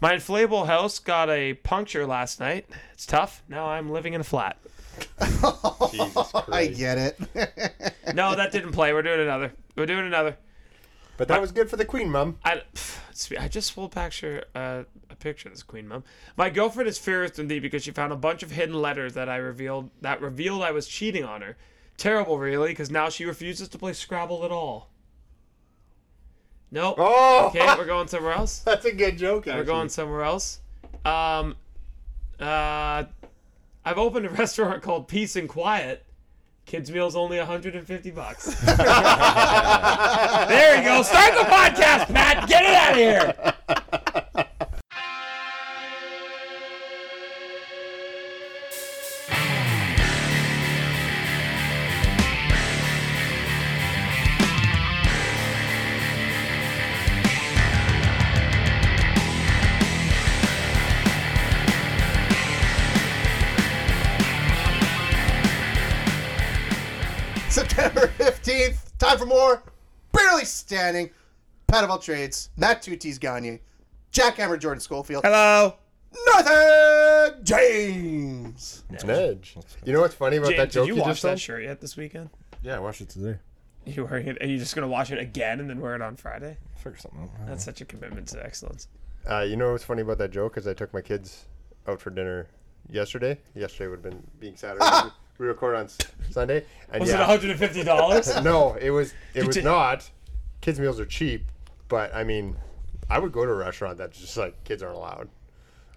My inflatable house got a puncture last night. It's tough. Now I'm living in a flat. Jesus I Christ. get it. No, that didn't play. We're doing another. We're doing another. But that was good for the Queen, Mum. I, pff, I just pulled picture uh, a picture of this queen mom. My girlfriend is furious with me because she found a bunch of hidden letters that I revealed that revealed I was cheating on her. Terrible, really, because now she refuses to play Scrabble at all. Nope. Oh, Okay, we're going somewhere else. that's a good joke. Actually. We're going somewhere else. Um, uh, I've opened a restaurant called Peace and Quiet. Kids meals only 150 bucks. there you go. Start the podcast, Matt. Get it out of here. September 15th, time for more. Barely standing. Pat of all trades. Matt Tutis Gagne. Jackhammer Jordan Schofield. Hello. Nathan James. Nudge. You know what's funny about that James, joke did you, you wash just told? that shirt yet this weekend? Yeah, I watched it today. You wearing it? Are you just gonna wash it again and then wear it on Friday? Figure something out. That's such a commitment to excellence. Uh, you know what's funny about that joke is I took my kids out for dinner yesterday. Yesterday would have been being Saturday. we record on S- Sunday. And Was it yeah, 150 dollars? no, it was it was did- not. Kids meals are cheap, but I mean, I would go to a restaurant that's just like kids aren't allowed.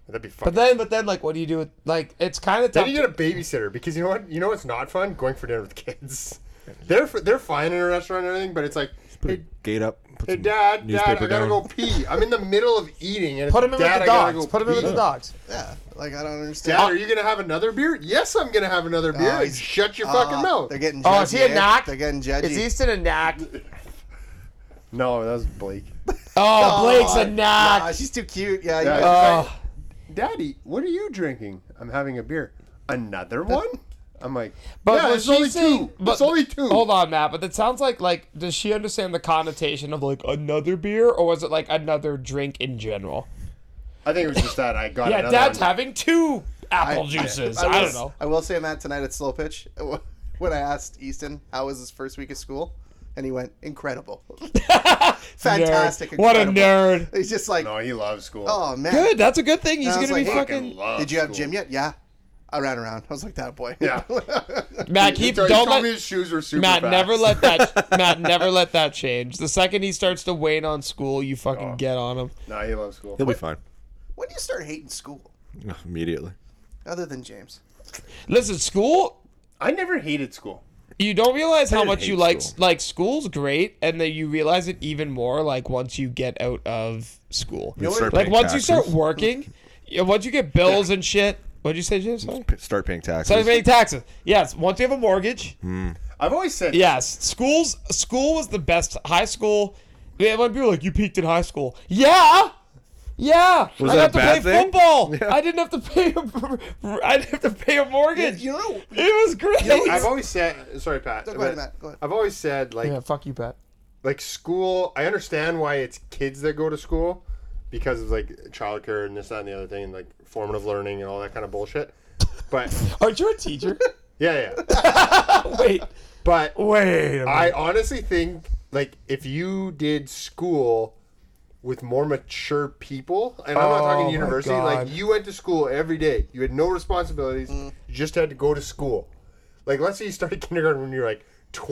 That'd be fun. But then, but then, like, what do you do with like? It's kind of tough. Then you get a babysitter because you know what? You know what's not fun? Going for dinner with kids. They're f- they're fine in a restaurant and everything, but it's like, hey, Gate up. Put hey dad, some dad, I newspaper gotta down. go pee. I'm in the middle of eating and it's, Put him in dad, with the I gotta dogs. go Put him in with pee." the dogs. Uh, Yeah, like I don't understand. Dad, are you gonna have another beer? Yes, I'm gonna have another beer. Oh, And he's- Shut your Uh, fucking mouth. They're getting judgy. Oh, is he a eh? knock? They're getting judgy. Is Easton a knack? No, that was Blake. Oh, Blake's a Nah, knack. she's too cute. Yeah, Yeah. yeah. Oh, Daddy, what are you drinking? I'm having a beer. Another one? I'm like, but yeah, was it's she only saying- two. But, it's only two. Oh, Hold on, Matt. But that sounds like like does she understand the connotation of like another beer, or was it like another drink in general? I think it was just that I got Yeah, another Dad's one. having two apple I- juices. will I, don't s- know. I will say, Matt, tonight at Slow Pitch, when I asked Easton how was his first week of school, and he went, incredible. Fantastic. Nerd. What a incredible." nerd. He's just like, No, he loves school. oh, man. Good. That's a good thing. He's I was gonna be like, fucking fucking. loves Did you have Uh, school. gym yet? Yeah. I ran around. I was like, that boy. Yeah. Matt, He keep told- he don't told let me his shoes were super Matt fast. never let that Matt never let that change. The second he starts to wane on school, you fucking Oh. get on him. No, he loves school. be fine. when do you start hating school? Immediately. Other than James. Listen, school I never hated school. you don't realize how didn't much hate you like school. like school's great and then you realize it even more like once you get out of school. know what- start Like paying once you start taxes. working, yeah, once you get bills and shit. What'd you say, James? Sorry. P- start paying taxes. Start paying taxes. Yes, once you have a mortgage, Hmm. I've always said Yes, schools. School was the best. High school. Yeah, when people are like you peaked in high school. Yeah, yeah. Was I that have to a play bad thing? football. I didn't have to pay. A, I didn't have to pay a mortgage. You know, it was great. I've always said sorry, Pat. go but ahead, Matt. Go ahead. I've always said like yeah, fuck you, Pat. like school i understand why it's kids that go to school because of like childcare and this that and the other thing and like formative learning and all that kind of bullshit but Aren't you a teacher? yeah yeah wait, but wait. A i honestly think like if you did school with more mature people and i'm not Oh my talking university God. like you went to school every day you had no responsibilities you just had to go to school like let's say you started kindergarten when you're like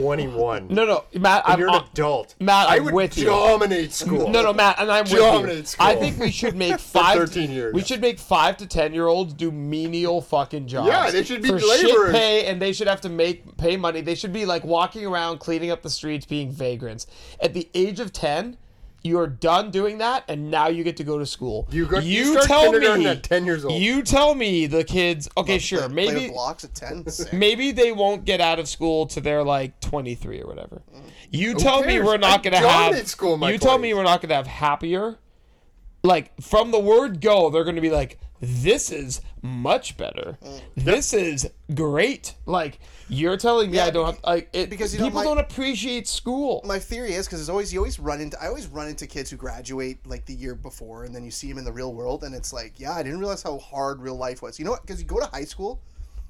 21 no, no, Matt. and I'm you're an on- adult Matt, i I'm would with you. dominate school No, no, Matt, and I'm with you. Dominate school. I think we should make five. 13 years. We should make five to ten year olds do menial fucking jobs. Yeah, they should be for shit laborers. pay, and they should have to make pay money. They should be like walking around cleaning up the streets, being vagrants. At the age of ten, you are done doing that, and now you get to go to school. You go- you start kindergarten at 10 years old. You tell me the kids. Okay, sure, Play with maybe blocks at 10. Sick. maybe they won't get out of school to they're like 23 or whatever. You tell me cares? we're not I going to have dominated school in my You tell me 20s. we're not going to have happier like from the word go they're going to be like this is much better. Mm. This is great. Like you're telling me Yeah, I don't have like it, because you don't people like- don't appreciate school. my theory is because it's always you always run into I always run into kids who graduate like the year before and then you see them in the real world and it's like yeah I didn't realize how hard real life was you know what because you go to high school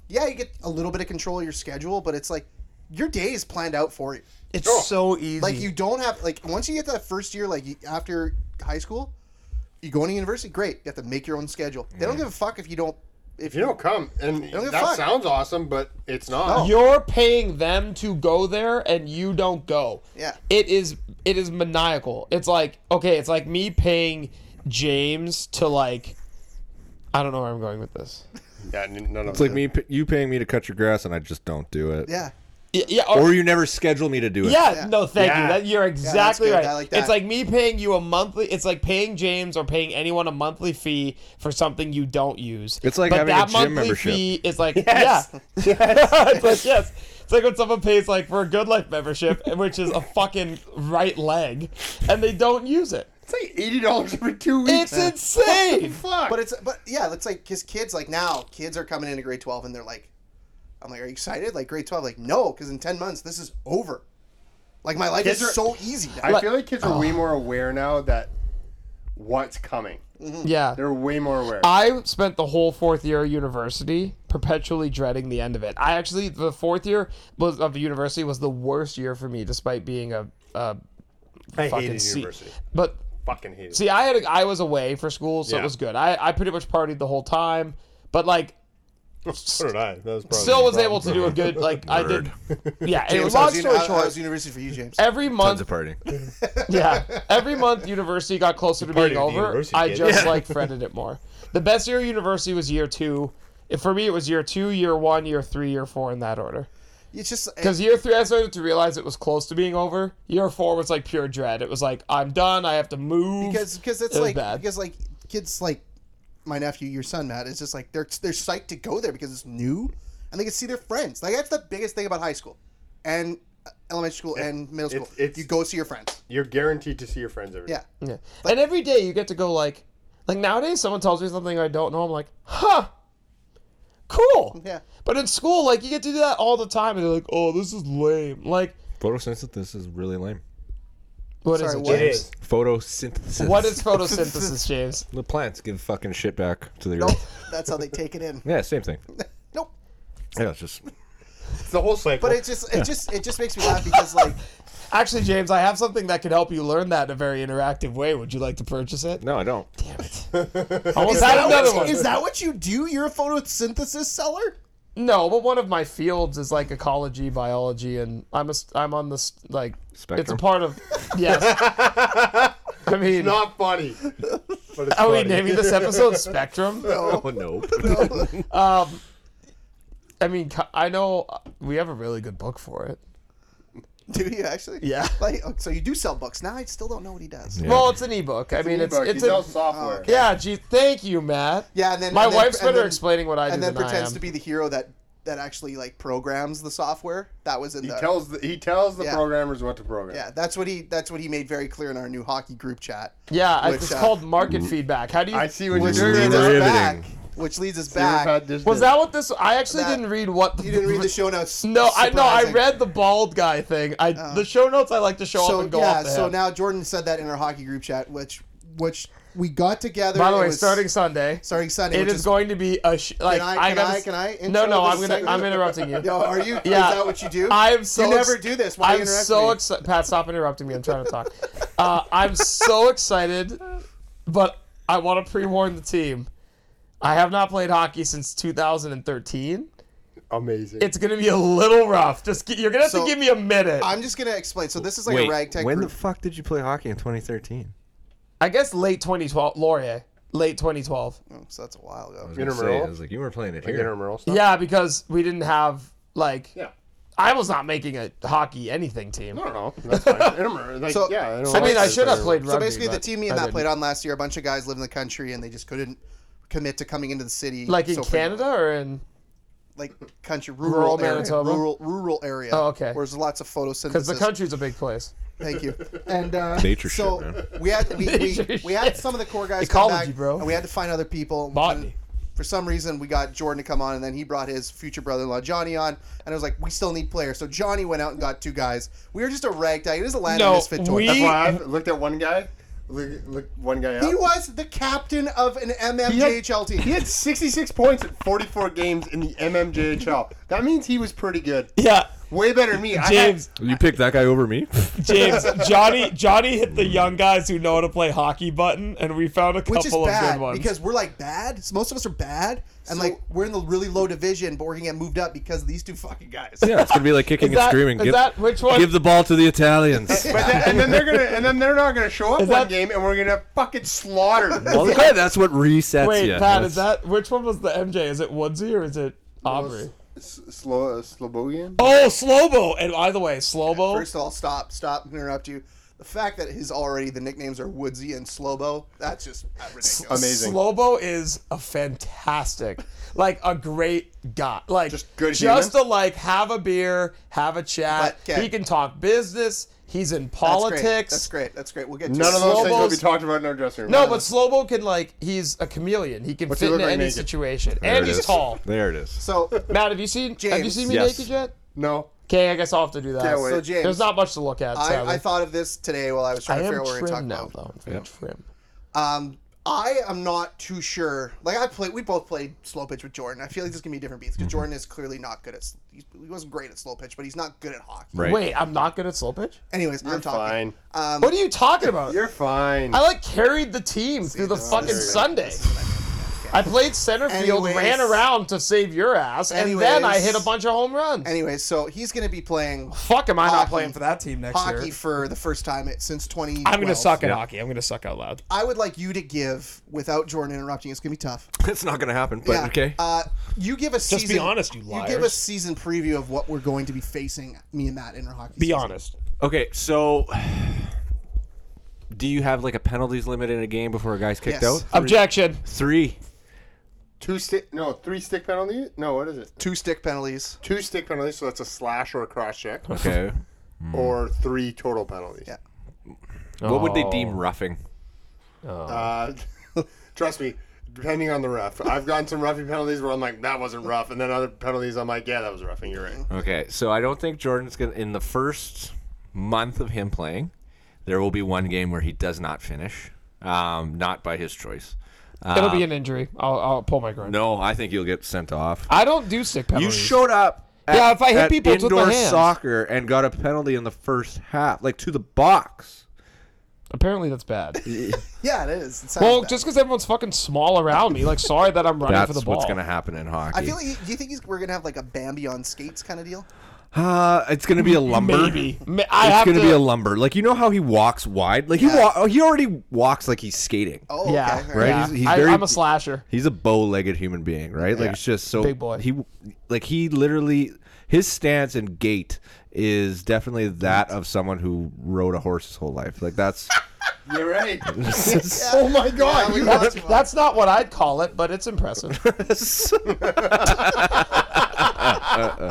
yeah you get a little bit of control of your schedule but it's like your day is planned out for you it's so easy. like you don't have like once you get that first year like you, after high school you go into university great you have to make your own schedule they don't give a fuck if you don't if You don't come, and give a that fuck. sounds awesome, but it's not. You're paying them to go there and you don't go. Yeah. It is it is maniacal. It's like okay, it's like me paying James to like I don't know where I'm going with this. Yeah, n- none of It's like me, p- you paying me to cut your grass, and I just don't do it. yeah Y- Yeah, or- Or you never schedule me to do it. yeah, Yeah. no, thank you. Yeah. That, you're exactly good. right. I like that. It's like me paying you a monthly. It's like paying James or paying anyone a monthly fee for something you don't use. It's like but having a that gym monthly membership. fee is like yeah, it's like yes. It's like when someone pays like for a good life membership, which is a fucking right leg, and they don't use it. It's like eighty dollars every two weeks. It's insane. Fuck. But it's but yeah, it's like because kids like now kids are coming into grade twelve and they're like, I'm like, are you excited? Like grade twelve, like no, because in ten months this is over. Like my life Kids is are- so easy. Now. I feel like kids are way more aware now that what's coming. Yeah. They're way more aware. I spent the whole fourth year of university perpetually dreading the end of it. I actually the fourth year was of university was the worst year for me, despite being a, a I fucking hated C- university. But Fucking hated. see, I had a, I was away for school, so it Yeah. was good. I I pretty much partied the whole time, but like so did I. That was Oh, probably still the was able problem. to do a good like I did. Yeah, it James, was how long was uni- story how- how short. was university for you, James? Every Tons month, of partying. yeah. Every month university got closer to being at the over. university, I kid. just like fretted it more. The best year of university was year two. If- For me, it was year two, year one, year three, year four in that order. It's just Because year three, I started to realize it was close to being over. Year four was like pure dread. It was like I'm done. I have to move. because because it's It was like bad. because like kids like my nephew, your son Matt, it's just like they're they're psyched to go there because it's new and they can see their friends. Like that's the biggest thing about high school and uh, elementary school and middle school. it's- it's- you go see your friends. You're guaranteed to see your friends every day. Yeah. Yeah. and every day you get to go like, like nowadays someone tells me something I don't know. I'm like, huh, cool. Yeah. But in school, like you get to do that all the time, and they're like, oh, this is lame. Like, Photosynthesis is really lame. what is Sorry, it? what? James? Photosynthesis. What is photosynthesis, James? The plants give fucking shit back to the Nope. earth. that's how they take it in. Yeah, same thing. Nope. Yeah, it's just It's the whole cycle. But it just it just it just makes me laugh because like Actually, James, I have something that could help you learn that in a very interactive way. Would you like to purchase it? no, I don't. Damn it! I almost is had that, another what, one. is that what you do? You're a photosynthesis seller? No, but one of my fields is like ecology, biology, and I'm a st- I'm on this like it's a Spectrum? part of yes. I mean, not funny. But it's are we funny. naming this episode Spectrum? Oh no. I mean, co- I know uh, we have a really good book for it. Do you actually? Yeah. Like oh, so you do sell books. Now I still don't know what he does. Yeah, Well, it's an ebook. I mean, it's Ebook, it's you sell a software. yeah. Gee, thank you, Matt. and then my and then- wife's and better then- explaining what I do And then than I pretends am. to be the hero that that actually like programs the software. That was in He the tells the, he tells the Yeah. programmers what to program. Yeah, that's what he that's what he made very clear in our new hockey group chat. Yeah, I- Which, it's uh, called market feedback. How do you? I see what Which you're doing. leads right Riveting. us back. Which leads us now. You've back. had this was day. that what this? I actually That- didn't read what the, You didn't read the show notes. No, I know. I Surprising. Oh. read the bald guy thing. I the show notes I like to show so up and go yeah, off the so hip. now Jordan said that in our hockey group chat, which which we got together. By the it way, was- starting Sunday, starting Sunday. it which is, going to be a sh- like Can I? Can I, I? gotta s- can I? no, intro no, this I'm gonna segment? I'm interrupting you. Yo, are you? Yeah. Is that what you do? I'm so You never ex- do this. Why I'm interrupt so me? excited. Pat, stop interrupting me. I'm trying to talk. Uh, I'm so excited, but I want to pre-warn the team. I have not played hockey since 2013. Amazing. It's gonna be a little rough. Just g- you're gonna have So, to give me a minute. i I'm just gonna explain. So this is like a ragtag when group. the fuck did you play hockey in 2013? guess late 2012, Laurier. Late 2012. Oh, so that's a while ago. I was gonna say, Intramural? I was like, you were playing it Like here. intramural stuff. Yeah, because we didn't have like Yeah. I was not making a hockey anything team. I don't know. That's fine. Intramural. Like, So- yeah. don't I mean, like I that should have term. played rugby. So basically, the but team me and I Matt didn't. played on last year, a bunch of guys live in the country and they just couldn't commit to coming into the city. like in so frequently. Canada or in like country, rural, area, Manitoba? rural, rural area. Oh, okay. Where there's lots of photosynthesis. because the country's a big place. Thank you. And uh, Nature so shit, man. we had we, we, Nature we had shit. some of the core guys come Ecology, back, bro. and we had to find other people. Botany. for some reason we got Jordan to come on, and then he brought his future brother-in-law Johnny on, and I was like, we still need players. So Johnny went out and got two guys. We were just a ragtag. It was a land No, of misfit toys. we- That's why I looked at one guy, look, look one guy up. He was the captain of an He had- MMJHL team. He had 66 points in 44 games in the MMJHL. That means he was pretty good. Yeah, Way better than me. I had- James, You picked that guy over me? James, Johnny, Johnny hit the young guys who know how to play hockey button, and we found a which is couple of good bad ones. because we're like bad. Most of us are bad, and like we're in the really low division, but we're gonna get moved up because of these two fucking guys. Yeah, it's gonna be like kicking Is that- and screaming. is that- which one- Give the ball to the Italians. but then, and then they're gonna, and then they're not gonna show up one that- game, and we're gonna fucking slaughter them. well, yeah, that's what resets Wait, you. Pat, is that which one was the MJ? Is it Woodsy or is it Aubrey? S- Slo- uh, Slobogian. Oh, Slobo! And by the way, Slobo. First of all, stop, stop, interrupt you. The fact that his already the nicknames are Woodsy and Slobo, that's just ridiculous. Amazing. Slobo is a fantastic, like a great guy. Like Just good just human? to like have a beer, have a chat. But, okay. He can talk business. He's in That's great. politics. That's great. That's great. We'll get to None it. of those things will be Slobo's- talked about in our dressing room. No, but Slobo can like he's a chameleon. He can he fit look into like any naked? situation, There and it he's is. tall. There it is. So, Matt, have you seen have you James. seen me Yes. naked yet? no. Okay, I guess I'll have to do that. Can't wait. so James, There's not much to look at. sadly. I, I thought of this today while I was I trying to figure am out what we we're trim talking now, about. though. I'm very trim. Um, I am not too sure. Like I played, we both played slow pitch with Jordan. I feel like this is gonna be different Mm-hmm. beats because Jordan is clearly not good at. s- He he wasn't great at slow pitch, but he's not good at hockey. Right. Wait, I'm not good at slow pitch. Anyways, I'm You're talking. fine. Um, What are you talking about? You're fine. Uh, I like carried the team through the fucking this is- Sunday. I played center field, Anyways. ran around to save your ass, and then I Anyways. hit a bunch of home runs. anyways, so he's gonna be playing Fuck, am I not Hockey. playing for that team next hockey year? for the first time it- since 20. I'm gonna suck at hockey. I'm gonna suck out loud. I would like you to give without Jordan interrupting. It's gonna be tough. It's not gonna happen. But okay. Uh, you give us Just be honest, you give liars. us season preview of what we're going to be facing me and Matt in our hockey. Be season. honest. Okay, so do you have like a penalties limit in a game before a guy's kicked Yes. out? Objection. Three. Two stick, no, three stick penalty. No, what is it? Two stick penalties. Two stick penalties, so that's a slash or a cross check, Hmm. Okay. or three total penalties. Yeah. What would they deem roughing? Uh, trust me, depending on the ref, I've gotten some roughing penalties where I'm like, that wasn't rough, and then other penalties I'm like, yeah, that was roughing. You're right. Okay, so I don't think Jordan's gonna in the first month of him playing, there will be one game where he does not finish, um, not by his choice. It'll be an injury. I'll, I'll pull my groin. Uh, No, I think you'll get sent off. I don't do stick You penalties. showed up. At, Yeah, if I hit at people, it's with my indoor hands. soccer and got a penalty in the first half, like to the box. Apparently that's bad. Yeah, it is. It sounds Well, bad. just because everyone's fucking small around me, like sorry that I'm running That's for the ball. what's gonna happen in hockey. I feel like. Do you think he's, we're gonna have like a Bambi on skates kind of deal? uh, it's gonna be a lumber. Maybe. Ma- I it's have gonna to. be a lumber. Like you know how he walks wide. Like he Yeah. wa- oh, he already walks like he's skating. Oh, yeah. okay. Right? Yeah. He's- he's I, very- I'm a slasher. He's a bow-legged human being, right? Like it's just so Big boy. He like he literally his stance and gait is definitely that of someone who rode a horse his whole life. Like that's You're right. Oh my god. Yeah, we you- got That's, you on- that's not what I'd call it, but it's impressive.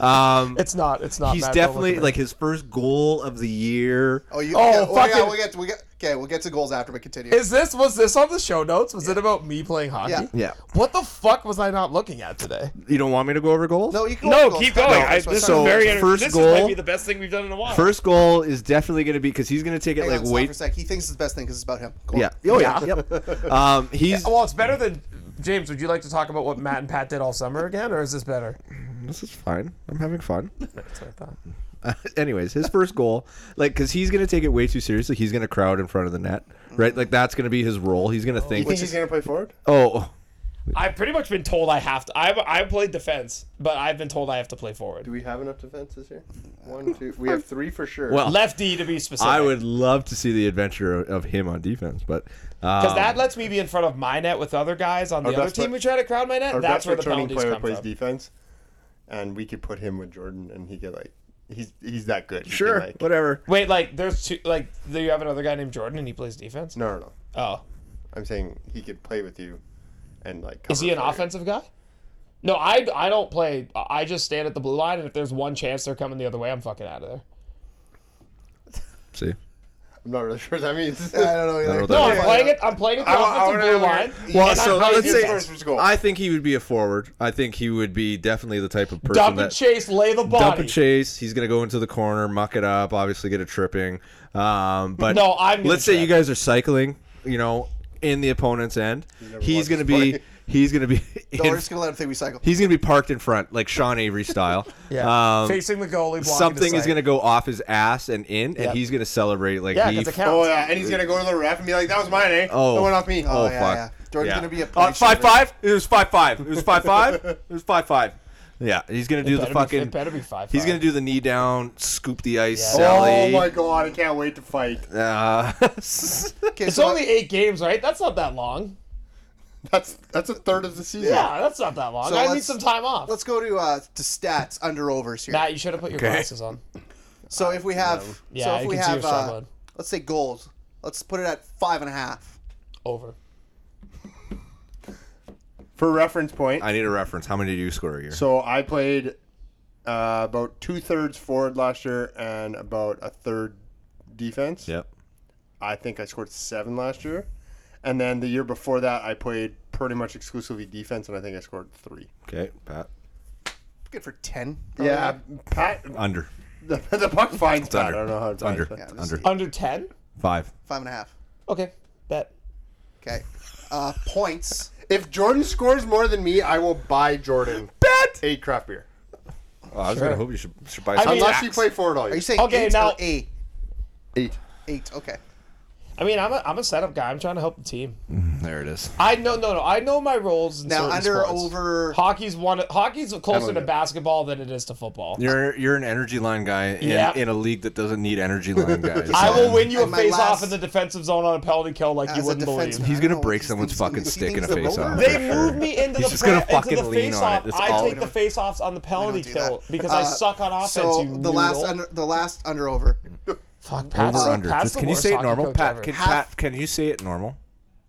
um It's not. It's not. Matt, don't he's look definitely at me. like his first goal of the year. Oh, you. Oh, yeah, well, yeah, fucking- we get. We get. Okay, we'll get to goals after, but continue. Is this was this on the show notes? Was it about me playing hockey? Yeah. Yeah. What the fuck was I not looking at today? You don't want me to go over goals? no, you can. No, goals. keep Cut going. off. I, That's what this I'm So, is saying. very. first this goal- is might be the best thing we've done in a while. First goal is definitely going to be cuz he's going to take it Hang on, like stop for a wait. sec. He thinks it's the best thing because it's about him. Go on. Yeah. Oh yeah. Yep. Um he's Well, it's better than James. Would you like to talk about what Matt and Pat did all summer again, or is this better? this is fine. I'm having fun. That's what I thought. anyways, his first goal, like, because he's gonna take it way too seriously. He's gonna crowd in front of the net, right? Like that's gonna be his role. He's gonna think, Think he's gonna play forward? oh, I've pretty much been told I have to. I've I played defense, but I've been told I have to play forward, Do we have enough defenses here? One, two. We have three for sure. Well, lefty to be specific. I would love to see the adventure of, of him on defense, but Because um, that lets me be in front of my net with other guys on the other that's team what- who try to crowd my our net. That's best where the returning penalties player come plays from. defense, and we could put him with Jordan, and he could like, he's he's that good. He can, sure, like- whatever. Wait, like there's two. Like do you have another guy named Jordan and he plays defense. no, no, no. Oh, I'm saying he could play with you, and like. is he an cover for you. offensive guy? No, I I don't play. I just stand at the blue line, and if there's one chance they're coming the other way, I'm fucking out of there. See, I'm not really sure what that means. I don't know. don't Either. know No, what I'm playing it. I'm playing it. The I wa- I offensive blue wanna- line. Well, And so I'm let's his say first was goal. I think he would be a forward. I think he would be definitely the type of person Dump that and chase. Lay the body. dump and chase. He's gonna go into the corner, muck it up, obviously get a tripping. Um, but No, I'm gonna Let's say trip. you guys are cycling, you know, in the opponent's end. He's watched gonna us be. play. He's gonna be. No, in- we're just gonna let him think we cycle. he's gonna be parked in front, like Sean Avery style. Yeah. Um, Facing the goalie. blocking the something is side. gonna go off his ass and in, and Yep. he's gonna celebrate like Yeah, he. because it counts. Oh yeah, and he's gonna go to the ref and be like, "That was mine, eh? Oh. that went off me." Oh, Oh, yeah, fuck. yeah. Jordan's Yeah. gonna be a Uh, police five shooter. five. It was five five. It was five five. It was five five. Yeah, he's gonna do Better the be- fucking. it better be five. He's gonna do the knee down, scoop the ice, Yeah. Oh sally. my god, I can't wait to fight. Uh, Okay, It's so only eight games, right? That's not that long. That's that's a third of the season. Yeah, that's not that long. So I need let's- some time off. let's go to uh, to stats under overs here. Matt, you should have put your glasses on. So if we have, Yeah, so if you we can see have, your side uh, load. let's say goals. Let's put it at five and a half. Over. For reference point, I need a reference. How many do you score a year? so I played uh, about two thirds forward last year and about a third defense. yep. I think I scored seven last year, and then the year before that, I played pretty much exclusively defense, and I think I scored three. Okay, Pat. Good for ten. probably. Yeah, Pat, Under. the, the puck finds Pat. under. I don't know how It's it under. finds Pat. Yeah, this under. is- Under ten. Five. five and a half. Okay. Bet. Okay. Uh, points. If Jordan scores more than me, I will buy Jordan Bet. eight craft beer. I was gonna hope you should, should buy I some. mean- Unless Unless you play forward all Are year. you saying Okay, eight now- or eight? Eight. Eight. Okay. I mean, I'm a, I'm a setup guy. I'm trying to help the team. there it is. I know, no, no. I know my roles. In Now certain under sports. over. Hockey's one. Hockey's closer to know. basketball than it is to football. You're you're an energy line guy in, Yeah. in a league that doesn't need energy line guys. Um, I will win you a And my face off last- in the defensive zone on a penalty kill like you As a wouldn't believe. defenseman, He's I gonna don't know what break these someone's things- fucking these stick things in a the face roller- off. They For sure. moved me into He's the just gonna fra- into the fucking lean face on it. off. That's all I we take do. the face offs on the penalty do kill that. because Uh, I suck on offense. So you the last noodle. under, the last under over. fuck Pat's, over under. Pat's Just, the can you worst say it hockey normal, coach Pat? ever. Can, Half- Pat? Can you say it normal?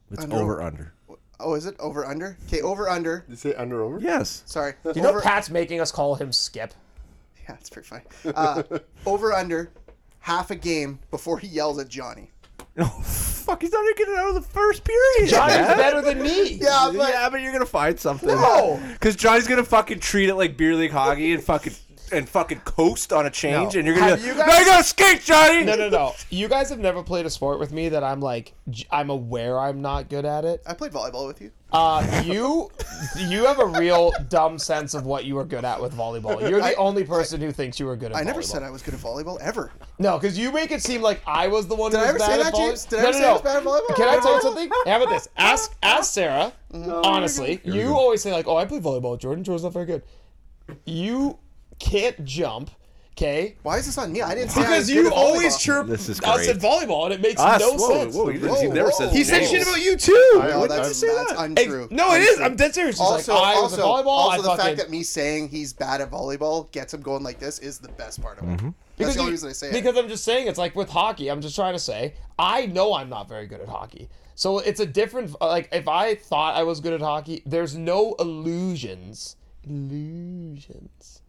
It's Under- over under. Oh, is it over under? Okay, over under. You say under over? Yes. Sorry. you know over, Pat's making us call him Skip. Yeah, it's pretty funny. Uh, over under half a game before he yells at Johnny. No, fuck. He's not even getting out of the first period. Johnny's man. better than me. Yeah, but yeah, but you're gonna find something. No. because Johnny's gonna fucking treat it like beer league hockey and fucking and fucking coast on a change, No. and you're gonna. Have be you like, guys- no, you gotta skate, Johnny. No, no, no. You guys have never played a sport with me that I'm like, j- I'm aware I'm not good at it. I played volleyball with you. Uh, you, you have a real dumb sense of what you are good at with volleyball. You're the only person who thinks you are good at. I volleyball. never said I was good at volleyball ever. No, because you make it seem like I was the one. Did who I was ever bad say at that, volley- James? Did no, I ever no, say I no. was bad at volleyball? Can I tell you something? How about this? Ask ask Sarah. honestly, you always say like, "Oh, I play volleyball. with Jordan Jordan's not very good." You can't jump, okay? Why is this on me? I didn't say I was Because good you at volleyball. always chirp This is us great. at volleyball, and it makes Us? no whoa, sense. Whoa, he doesn't- he Whoa, never whoa. says He He's said names. shit about you too. I- No, When did that's, you say that's that? Hey, uh, untrue. no, it is. Untrue. I'm dead serious. She's Also, like, I was also, at volleyball. also I the fucking, fact that me saying he's bad at volleyball gets him going like this is the best part of it. That's the only you- reason I say it. because I'm just saying it's like with hockey. I'm just trying to say I know I'm not very good at hockey. So it's a different uh, like if I thought I was good at hockey, there's no illusions. Illusions.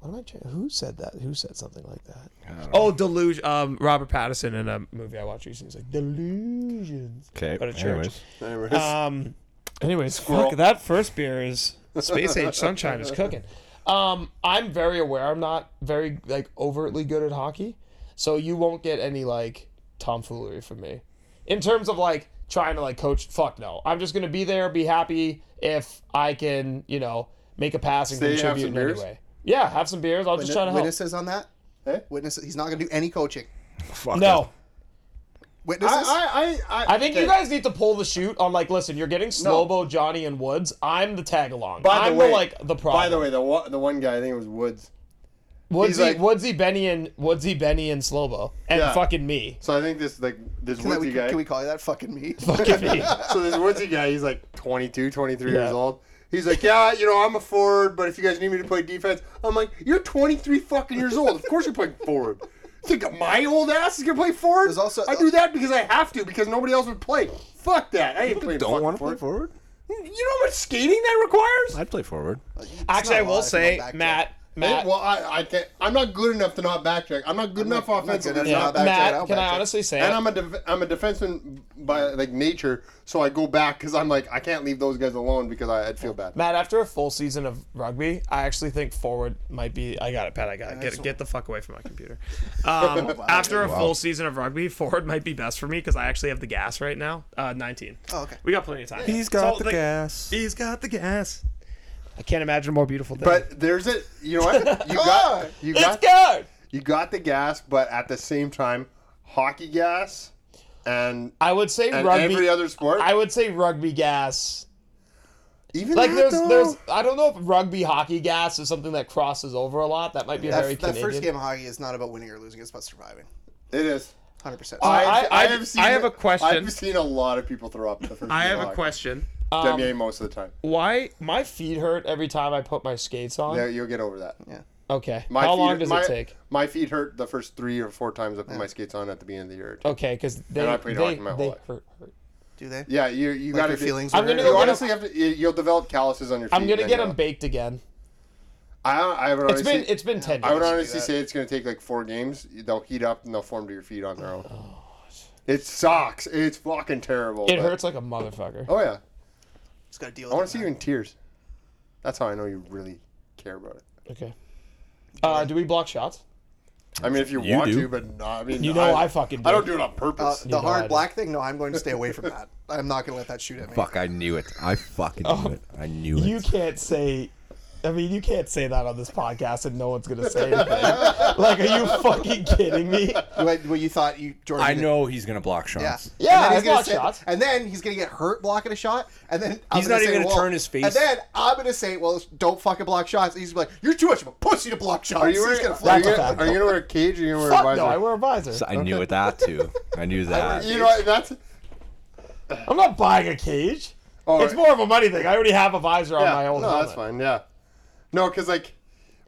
What am I trying? Who said that? Who said something like that? Oh, delusion. Um, Robert Pattinson in a movie I watched recently. He's like delusions. Okay. But a church. anyways. Anyways. Um. Anyways, fuck that first beer is space age sunshine is cooking. Um, I'm very aware. I'm not very like overtly good at hockey, so you won't get any like tomfoolery from me in terms of like trying to like coach. Fuck no. I'm just gonna be there, be happy if I can, you know, make a pass and Stay, have contribute some in any beers? way. Yeah, have some beers. I'll just try to help. Witnesses on that? Eh? Witnesses. He's not going to do any coaching. Fuck No, Witnesses. I, I, I, I think you guys need to pull the shoot on like. Listen, you're getting Slobo, Johnny, and Woods. I'm the tag along. By the I'm way- like the problem. By the way, the one, the one guy I think it was Woods. Woodsy, like- Woodsy, Benny, and Woodsy, Benny, and Slobo, and Yeah. fucking me, So I think this like this can, that- Woodsy we, guy. can we call you that? Fucking me. fucking me. so this Woodsy guy, he's like 22, 23 Yeah. years old. He's like, yeah, you know, I'm a forward, but if you guys need me to play defense, I'm like, you're 23 fucking years old. Of course you're playing forward. Think my old ass is gonna play forward? There's also- I do that because I have to because nobody else would play. Fuck that. I ain't playing Don't want fucking to play forward. forward. You know how much skating that requires? I'd play forward. It's Actually, not I a lot will if you go say, back to- Matt, Hey, Matt, well, I, I can't. I'm not good enough to not backtrack. I'm not good enough not- I'm not offensively. good to enough not to not backtrack. backtrack. Matt, I'll can I backtrack. honestly say And it? I'm a def- I'm a defenseman by like nature, so I go back because I'm like I can't leave those guys alone because I, I'd feel bad. Matt, after a full season of rugby, I actually think forward might be. I got it, Pat. I got it. Get, get the fuck away from my computer. Um, After a full season of rugby, forward might be best for me because I actually have the gas right now. Uh, 19. Oh, okay. We got plenty of time. He's got So, the like, gas. He's got the gas. I can't imagine a more beautiful day. But there's it. You know what? You got you it's got good. you got the gas, but at the same time, hockey gas and I would say and rugby. every other sport. I would say rugby gas. even Like that, there's though, there's I don't know if rugby hockey gas is something that crosses over a lot. That might be a That, very that Canadian. first game of hockey is not about winning or losing; it's about surviving. it is. Hundred percent. I- I- I have a question. I've seen a lot of people throw up the first. I game have of a hockey. question. Demier most of the time. Why my feet hurt every time I put my skates on? Yeah, you'll get over that. yeah. Okay. My How feet- long does my- it take? My feet hurt the first three or four times I put my skates on at the beginning of the year. Okay, because they I played they, hockey my whole they life. hurt, hurt. Do they? Yeah, you you Like got your feelings. I'm were gonna hurt? You go- honestly have to. you- You'll develop calluses on your feet. I'm gonna and get then them you'll- baked again. I, I would It's honestly, been it's been ten I would years. honestly say it's gonna take like four games. They'll heat up and they'll form to your feet on their own. it sucks. It's fucking terrible. Oh, It but- hurts like a motherfucker. Oh yeah, Just gotta I deal with want it, to see you man. in tears. That's how I know you really care about it. Okay. Uh, do we block shots? I mean, if you, You want do. to, but not. I mean, You know I, I fucking do. I don't do it on Uh, purpose. the lied. hard black thing. No, I'm going to stay away from that. I'm not gonna let that shoot at me. Fuck, I knew it. I fucking knew it. I knew Oh. You it. can't say. I mean, you can't say that on this podcast, and no one's gonna say anything. like, are you fucking kidding me? What, what you thought you Jordan? I did. know he's gonna block shots. Yeah. Yeah, And then I he's gonna block say- shots. And then he's gonna get hurt blocking a shot. And then I'm He's not say, even gonna well- turn his face. And then I'm gonna say, well, don't fucking block shots. And he's gonna be like, you're too much of a pussy to block shots. Are you he's wearing? gonna Are flip. you That's a gonna, fact. are you gonna wear a cage or you gonna wear a Fuck visor? no, I wear a visor. I knew it that too. I knew that. you know what, that's. I'm not buying a cage. Oh, It's more of a money thing. I already have a visor on yeah, my own. No, helmet. that's fine. Yeah, no, because like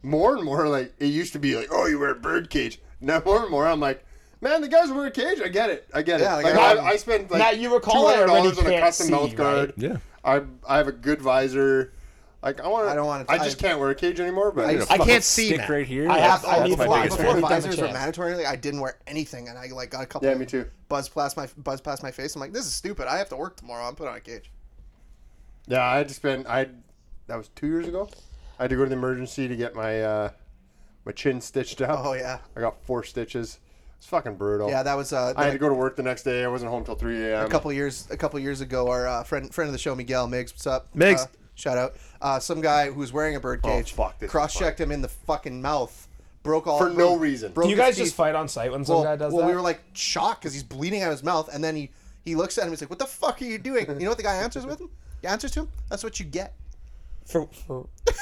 more and more, like it used to be like, oh, you wear a bird cage. Now more and more, I'm like, man, the guys wear a cage. I get it. I get Yeah, it. like, Like, I'm- I, I spent like Now, you recall I already $200 on a can't custom see, mouth guard. Yeah. I I have a good visor. Like I want. I don't wanna- I just I- can't wear a cage anymore. But Dude, a I, I fucking can't see, stick Matt. right here. oh, I have- That's- I that's need my before, biggest before fan. fear. Give him a visors were chance. mandatory, like, I didn't wear anything, and I like got a couple. yeah, me too. Buzz past my buzz past my face. I'm like, this is stupid. I have to work tomorrow. I'm put on a cage. Yeah, I just been I. That was two years ago. I had to go to the emergency to get my uh, my chin stitched up. Oh yeah, I got four stitches. It's fucking brutal. yeah. That was uh, I had to go to work the next day. I wasn't home till 3 a.m. a couple years a couple years ago. Our uh, friend friend of the show, Miguel Miggs. What's up, Miggs. Uh, shout out. Uh, some guy who was wearing a bird Oh, cage fuck, this is cross checked him in the fucking mouth. Broke all For no reason. Do you guys his just teeth. fight on site when some well, guy does well, that? we were like shocked because he's bleeding out his mouth, and then he he looks at him. He's like, "What the fuck are you doing?" You know what the guy answers with him? He answers to him. That's what you get. for for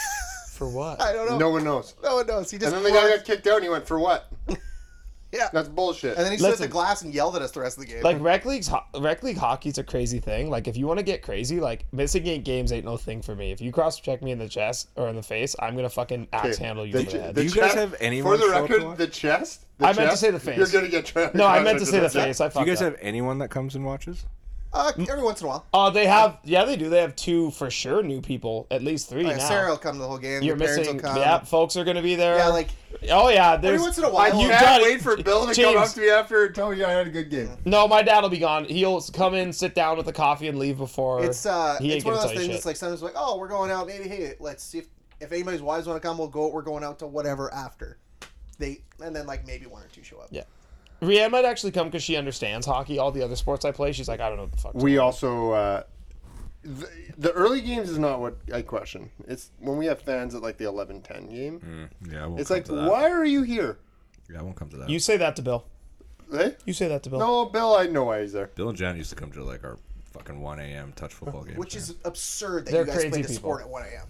for what? I don't know. No one knows. No one knows. He just And then the guy cried. got kicked out and he went, for what? yeah. That's bullshit. and then he stood at the Listen. glass and yelled at us the rest of the game. like rec leagues, ho- rec league hockey's a crazy thing. Like if you want to get crazy, like missing eight games ain't no thing for me. If you cross check me in the chest or in the face, I'm gonna fucking axe handle you. The to ch- the head. the Do you guys chest- have For anyone the show up to record, watch? the chest? The I meant to chest, say the face. You're going to get trapped. no, I meant to say the Yeah. face. I Do you fucked guys up. have anyone that comes and watches? uh, every once in a while, Oh, they have. Yeah, they do. They have two for sure. New people, at least three yeah, now. Sarah will come to the whole game. You're the parents missing. will come. Yeah, folks are gonna be there. Yeah, like Oh yeah, there's, once in a I while. You can't got it. wait for Bill to come James. up to me after and tell me I had a good game. No, my dad will be gone. He'll come in, sit down with a coffee, and leave before. it's uh, he ain't it's one of gonna those tell you things. shit. It's like sometimes like, oh, we're going out. Maybe hey, let's see if if anybody's wives want to come, we'll go. We're going out to whatever after. They and then like maybe one or two show up. Yeah. Rianne might actually come because she understands hockey. All the other sports I play, she's like, I don't know what the fuck. We also. Uh, the, the early games is not what I question. It's when we have fans at like the 11 10 game. Yeah, I won't It's like, why are you here? Yeah, I won't come to that. You say that to Bill. Eh? You say that to Bill. No, Bill, I know why he's there. Bill and Janet used to come to like our fucking 1 a.m. touch football game. Which is absurd that They're you guys play crazy this people. sport at 1 a.m.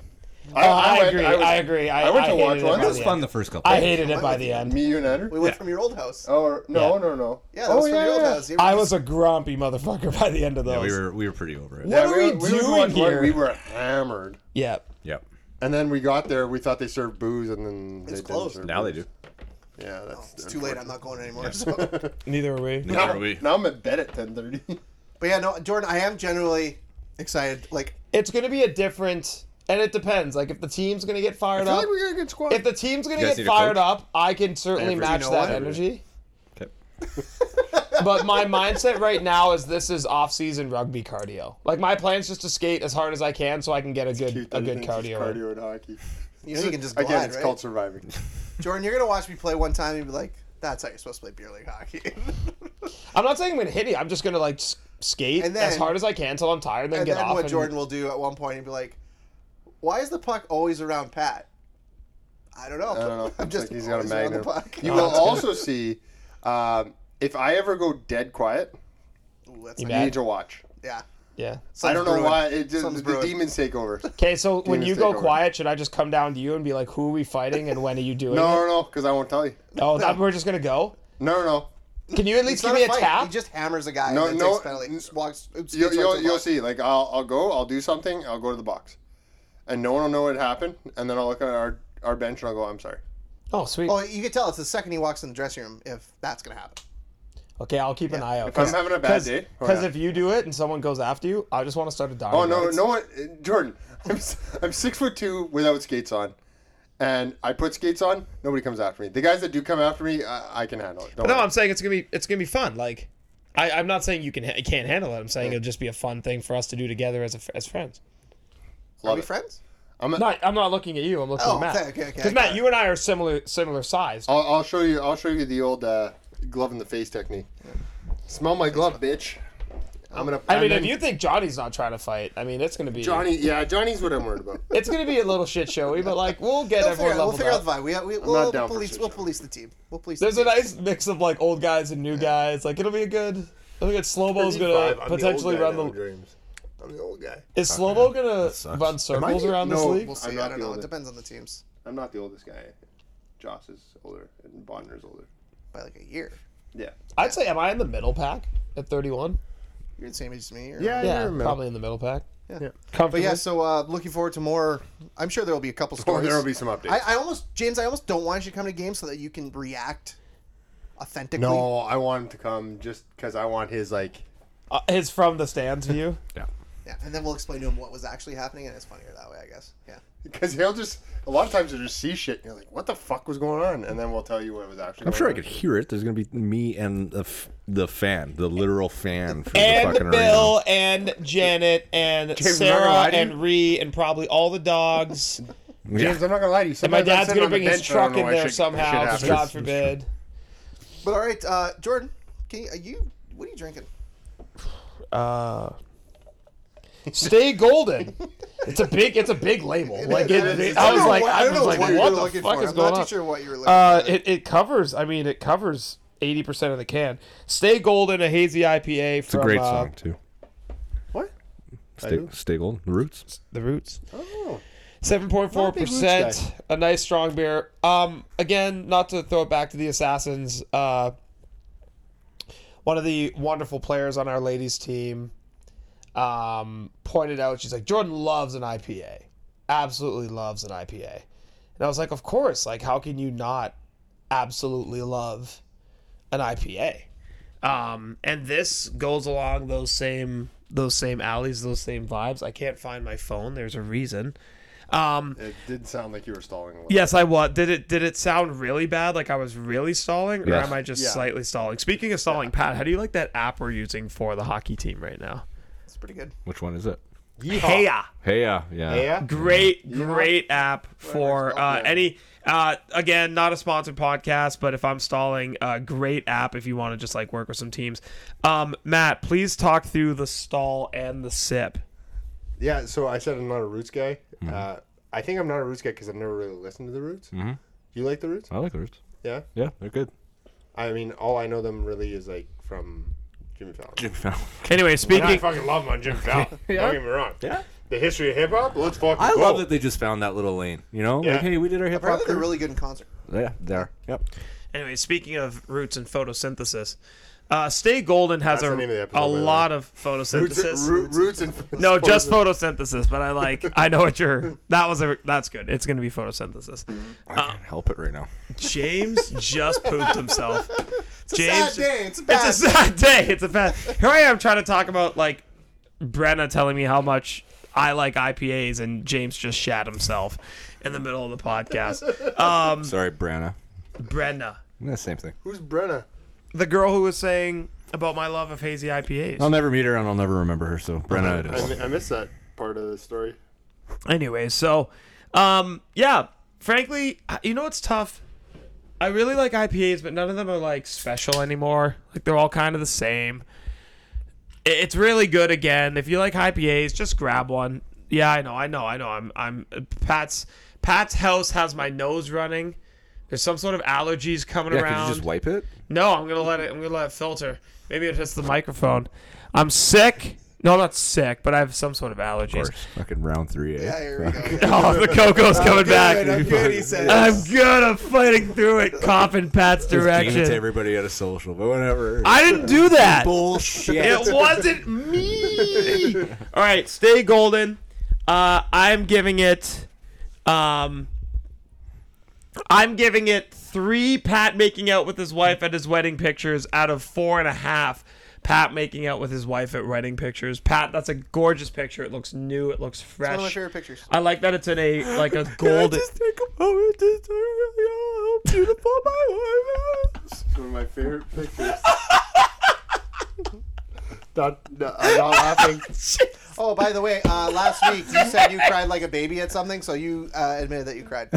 Oh, I, agree. I, agree. I, I went to I hated watch it one. by it was the fun end. the first couple. I days. hated it by the end. Me, you, and Ed? We went from your old house. Oh no, Yeah. no, no. Yeah, that was oh, from your old house. You I were was a grumpy motherfucker by the end of those. Yeah, we were we were pretty over it. What are we, were- were doing watching- here? We were hammered, yeah. Yep. and then we got there. We thought they served booze, and then they It's didn't closed. serve Now they do. booze. Yeah, that's It's too late. I'm not going anymore. So. Neither were we. Neither Now, are we. now I'm at bed at 10:30. But yeah, no, Jordan, I am generally excited. Like, It's going to be a different. And it depends. Like if the team's gonna get I fired feel up, like we got a good squad. if the team's gonna guys get need a fired coach? up, I can certainly Every- match you know that what? energy. Okay. but my mindset right now is this is off-season rugby cardio. Like my plan is just to skate as hard as I can so I can get a good Cute a that good it's just cardio. in. Cardio and hockey. You know, you can just glide, Again, it's right? called surviving. Jordan, you're gonna watch me play one time and be like, "That's how you're supposed to play beer league hockey." I'm not saying I'm gonna hit it. I'm just gonna like s- skate And then- as hard as I can till I'm tired, and then and get then off. what and- Jordan will do at one point and be like, "Why is the puck always around Pat?" I don't know. I don't know. I'm It's just like he's got a always around the magnum. puck. You will also see um, if I ever go dead quiet. Ooh, that's You You like- Yeah. need to watch. yeah. yeah. I don't know Something's why brewing. it just Something's the brewing. demons take over. Okay, so when Demons you take go over. quiet, should I just come down to you and be like, "Who are we fighting, and when are you doing No, no, it?" no, because I won't tell you. Oh, that, we're just gonna go. No, no, no. Can you at It's least give not me a a fight. tap? He just hammers a guy. No, and then no, takes penalty. n- Just walks. oops, You, gets right you'll to the you'll box. see. Like I'll I'll go. I'll do something. I'll go to the box, and no one will know what happened. And then I'll look at our our bench and I'll go. I'm sorry. Oh, sweet. Well, you can tell it's the second he walks in the dressing room if that's gonna happen. Okay, I'll keep an eye out. If I'm having a bad day. oh, Because yeah. if you do it and someone goes after you, I just want to start a dog. Oh no, no one, Jordan. I'm s- I'm six foot two without skates on, and I put skates on. Nobody comes after me. The guys that do come after me, I, I can handle it. Don't No, worry. I'm saying it's gonna be it's gonna be fun. Like, I, I'm not saying you can ha- can't handle it. I'm saying it'll just be a fun thing for us to do together as a, as friends. Are Love we it. friends? I'm a, No, I'm not looking at you. I'm looking Oh, at Matt. okay, okay, okay, Because I got Matt, it. you and I are similar similar size. I'll, I'll show you. I'll show you the old uh, glove in the face technique. Smell my glove, bitch. I'm gonna. I and mean, if then you think Johnny's not trying to fight, I mean, it's gonna be Johnny, yeah, Johnny's what I'm worried about. It's gonna be a little shit showy, but like we'll get We'll figure, everyone out, we'll leveled figure out up. the vibe. We, we, we'll, down for police, shit we'll show. police the team. We'll police. There's the a team. nice mix of like old guys and new guys. Like it'll be a good. I think it's Slowbo's gonna potentially run the. dreams. I'm the old guy. Is Slobo gonna sucks. run circles around this No. league? We'll I'm see. not I don't know. feeling It it. depends on the teams I'm not the oldest guy. Joss is older and Bonner's older. by like a year. Yeah. I'd say, am I in the middle pack at 31? You're the same age as me. Or Yeah, probably in the middle pack. Yeah. But Comfortably. yeah, so uh, looking forward to more. I'm sure there will be a couple Oh, stories. there will be some updates. I, I almost, James, I almost don't want you to come to games so that you can react authentically. no, I want him to come just because I want his like. Uh, his from the stands view. Yeah. Yeah, and then we'll explain to him what was actually happening, and it's funnier that way, I guess. Yeah. Because he'll just a lot of times he'll just see shit and you're like, what the fuck was going on? And then we'll tell you what was actually. I'm going sure I on. could hear it. There's gonna be me and the f- the fan, the literal fan for the fucking And arena. Bill and Janet and James, I'm not gonna Sarah lie to and you. Ree and probably all the dogs. James, I'm not gonna lie to you. My sometimes I'm dad's sitting gonna on the bring his bench and I don't truck know in why there shit- shit somehow. happens. God forbid. But all right, uh, Jordan, can you, are you, what are you drinking? Uh, stay golden. It's a big. It's a big label. Like it, is. I I was don't like, know I don't was like, what you were what the looking fuck for. is I'm going not too on? sure what you were looking Uh, for. it, it covers. I mean, it covers eighty percent of the can. Stay golden, a hazy IPA It's a from great uh, song too. What? Stay, stay gold, the roots. the Roots. Oh. Seven point four Not a big Roots guy. percent. A nice strong beer. Um, again, not to throw it back to the Assassins. Uh, one of the wonderful players on our ladies team, um, pointed out she's like Jordan loves an IPA, absolutely loves an IPA, and I was like, of course. Like, how can you not absolutely love an IPA? Um, and this goes along those same those same alleys, those same vibes. I can't find my phone. There's a reason. Um, It did sound like you were stalling a little. Yes, I was. Did it did it sound really bad? Like I was really stalling, or Yeah. am I just Yeah. slightly stalling? Speaking of stalling, Pat, how do you like that app we're using for the hockey team right now? it's pretty good. Which one is it? Heya, Hey yeah, yeah. Yeah. great great app for uh, any. Uh, again, not a sponsored podcast, but if I'm stalling, uh, great app if you want to just like work with some teams. Um, Matt, please talk through the stall and the sip. Yeah, so I said I'm not a Roots guy. Uh, I think I'm not a Roots guy because I've never really listened to the Roots. Mm-hmm. You like the Roots? I like Oh, the roots. Yeah. Yeah, they're good. I mean, all I know them really is like from Jimmy Fallon. Jim Fallon. Anyway, And I speaking. fucking love him on Jimmy Fallon. Don't get me wrong. Yeah. The history of hip hop. Let's fucking I go. love that they just found that little lane. You know, Yeah. like hey, we did our hip hop. Apparently, they're really good in concert. Yeah, there. Yep. Anyway, speaking of roots and photosynthesis, uh, Stay Golden has That's the a, name of the episode, a by the way. lot of Roots, photosynthesis. Roo- roots and no, just photosynthesis, but I like I know what you're that was a that's good. It's gonna be photosynthesis. I Uh, can't help it right now. James just pooped himself. James Sad day. It's a bad. It's a sad day. It's a bad here I am trying to talk about like Brenna telling me how much I like IPAs, and James just shat himself in the middle of the podcast. Um, Sorry, Brenna. Brenna, Yeah, same thing. Who's Brenna? the girl who was saying about my love of hazy IPAs. I'll never meet her and I'll never remember her. So Brenna, it I, is. mi- I missed that part of the story. Anyways, so um yeah, frankly, uh, you know what's tough? I really like IPAs, but none of them are like special anymore. Like they're all kind of the same. I- It's really good again. If you like IPAs, just grab one. Yeah, I know, I know, I know. I'm I'm uh, Pat's Pat's house has my nose running. There's some sort of allergies coming Yeah, could around. you just wipe it? No, I'm gonna let it. I'm gonna let it filter. Maybe it hits the microphone. I'm sick. No, I'm not sick, but I have some sort of allergies. Fucking round three, eh? Yeah, here we go. Yeah. Oh, the cocoa's coming back. Good, I'm good, he says. I'm good. I'm fighting through it. Cop in Pat's Giving it to direction. everybody at a social, but whatever. I didn't do that. Bullshit. It wasn't me. All right, stay golden. Uh, I'm giving it. Um, I'm giving it three. Pat making out with his wife at his wedding pictures out of four and a half. Pat making out with his wife at wedding pictures. Pat, that's a gorgeous picture. It looks new. It looks fresh. One of my favorite pictures. I like that it's in a like a golden. take a moment to tell you how beautiful my wife is. It's one of my favorite pictures. not, no, I'm not laughing. Oh, by the way, uh, last week you said you cried like a baby at something, so you uh, admitted that you cried.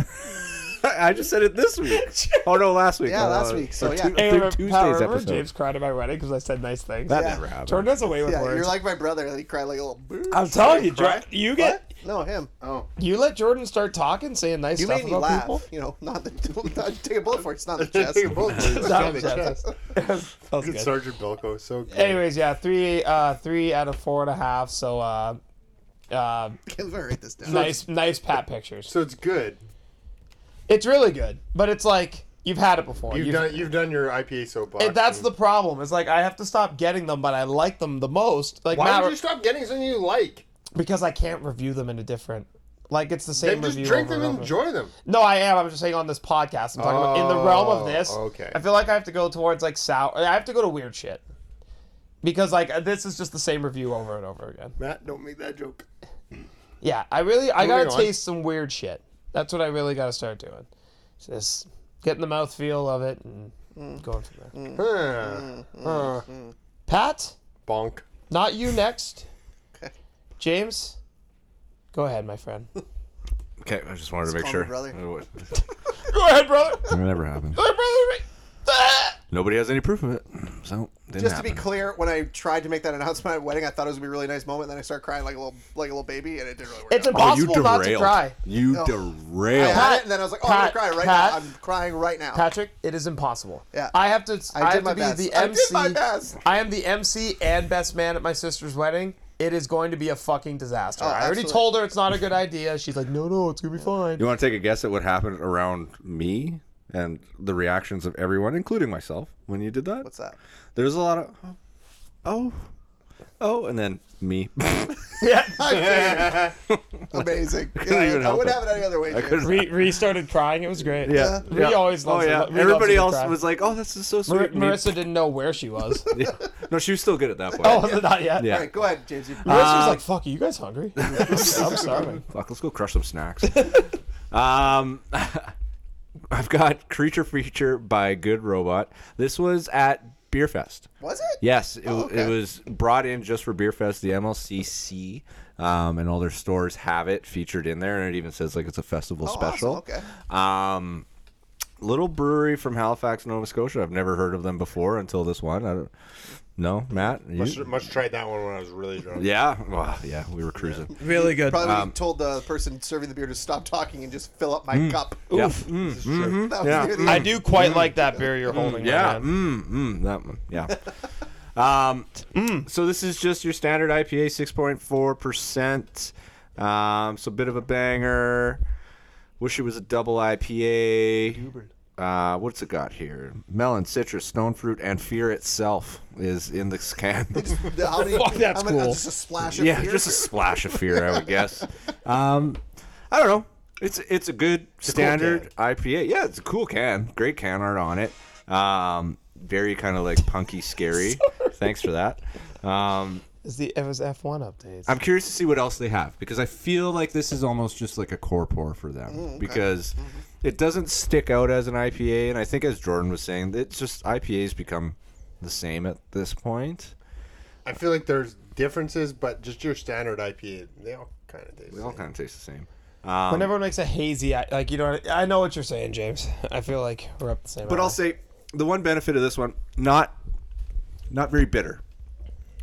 I just said it this week. Oh no, last week. Yeah, Uh, last week, so or yeah. Tu- Hey, Tu- remember- Pat, Tuesday's remember episode. James cried at my wedding because I said nice things. that Yeah. never happened. Turned us away with Yeah, words. you're like my brother. He cried like a little. boo. I'm telling you, Jordan, Correct. you get No, him. Oh, you let Jordan start talking, saying nice You stuff made me about laugh. people. You know, not the not, take a bullet for it. It's not the chest. Hey, both of you. That was Stop it, Jess. Jess. That was Good good. Sergeant Bilko, so good. Anyways, yeah, three uh three out of four and a half. So uh uh I'm gonna write this down. nice nice pat pictures. So it's good. It's really good, but it's like you've had it before. You've, done you've done your IPA soapbox. it- that's the problem. It's like I have to stop getting them, but I like them the most. Like Why Matt- would you stop getting something you like? because I can't review them in a different. Like it's the same Then just review. drink over them and and over. enjoy them. No, I am. I'm just saying on this podcast. I'm talking about in the realm of this. Oh, okay. I feel like I have to go towards like sour. I have to go to weird shit. Because like this is just the same review over and over again. Matt, don't make that joke. Yeah, I really I gotta Moving on. taste some weird shit. That's what I really gotta start doing. Just getting the mouth feel of it and Mm. going from there. Huh. Mm-hmm. Huh. Pat, Bonk. not you next. Okay. James, go ahead, my friend. Okay, I just wanted to make call sure. me brother. go ahead, brother. It never happened. Go ahead, brother. Ah! Nobody has any proof of it, so it didn't Just to happen. be clear, when I tried to make that announcement at wedding, I thought it was gonna be a really nice moment. Then I started crying like a little like a little baby, and it didn't really work. It's out. Oh, you impossible not to derailed. cry. You No. Oh. I derailed. had Pat- it, and then I was like, "Oh, Pat- I'm gonna cry right Pat- now. I'm crying right now." Patrick, it is impossible. Yeah. I have to. I, did have my to be best. the I MC. did my best. I am the MC and best man at my sister's wedding. It is going to be a fucking Oh, disaster. I already absolutely. told her it's not a good idea. She's like, no, no, it's gonna be fine. You want to take a guess at what happened around me and the reactions of everyone, including myself, when you did that? What's that? There was a lot of oh, oh, oh, and then me. Yeah. Amazing. Yeah, even I help would it. have it any other way. James. couldn't- Re, re started crying. It was great. yeah. We always Oh loves yeah. it. We Everybody loves else it to cry. was like, "Oh, this is so Mar- sweet." Me- Marissa didn't know where she was. Yeah. No, she was still good at that point. oh, was it not yet? Yeah. Uh, All right, go ahead, James. You- Marissa was like, "Fuck, are you guys hungry? I'm starving." Fuck, let's go crush some snacks. um, I've got Creature Feature by Good Robot. This was at Beer Fest. was it? Yes, it, Oh, okay. it was brought in just for Beer Fest. The MLCC um, and all their stores have it featured in there, and it even says like it's a festival Oh, awesome, special. Okay. Um, little brewery from Halifax, Nova Scotia. I've never heard of them before until this one. I don't. No, Matt. you- Must, must tried that one when I was really drunk. yeah, well, yeah, we were cruising. Really good. Probably Um, would've told the person serving the beer to stop talking and just fill up my cup. Mm. Yeah, Mm-hmm. This is true. That was Yeah. near the I do quite like that beer you're holding. my yeah, man. mm, mm, that one, yeah. um, so this is just your standard IPA, six point four percent. Um, so a bit of a banger. Wish it was a double IPA. Uh, what's it got here? Melon, citrus, stone fruit, and fear itself is in this can. The- How many, Fuck, that's how many- uh, cool. Just a splash of yeah, beer? just a splash of fear, I would guess. Um, I don't know. It's it's a good standard IPA. Yeah, it's a cool can. Great can art on it. Um, very kind of like punky, scary. Thanks for that. Um, Is the it was F one updates? I'm curious to see what else they have because I feel like this is almost just like a core pour for them because it doesn't stick out as an IPA, and I think as Jordan was saying, it's just IPAs become the same at this point. I feel like there's differences, but just your standard IPA, they all kind of taste. They the all same. kind of taste the same. Um, when everyone makes a hazy, I- like you know, what I I know what you're saying, James. I feel like we're up the same. But I'll say the one benefit of this one, not not very bitter.